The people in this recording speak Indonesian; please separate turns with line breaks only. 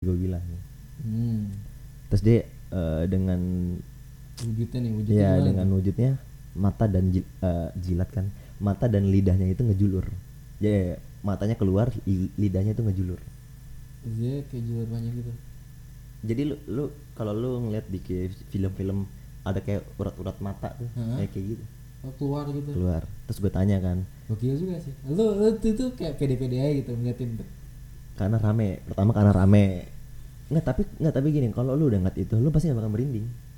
gue bilang ya.
Hmm.
terus dia eh, dengan
Wujudnya nih, wujudnya.
ya
gimana
dengan
tuh?
wujudnya mata dan ji- eh, jilat kan mata dan lidahnya itu ngejulur ya ya, matanya keluar li- lidahnya itu ngejulur
Dia kayak jilat banyak gitu.
jadi lu, lu kalau lu ngeliat di kayak film-film ada kayak urat-urat mata tuh
Heeh.
kayak kayak gitu
Oh, keluar gitu.
keluar terus gue tanya kan
Gokil juga sih. Lu, lu tuh, tuh kayak pede-pede aja gitu ngeliatin tuh.
karena rame pertama karena rame nggak tapi nggak tapi gini kalau lu udah ngeliat itu lu pasti nggak bakal merinding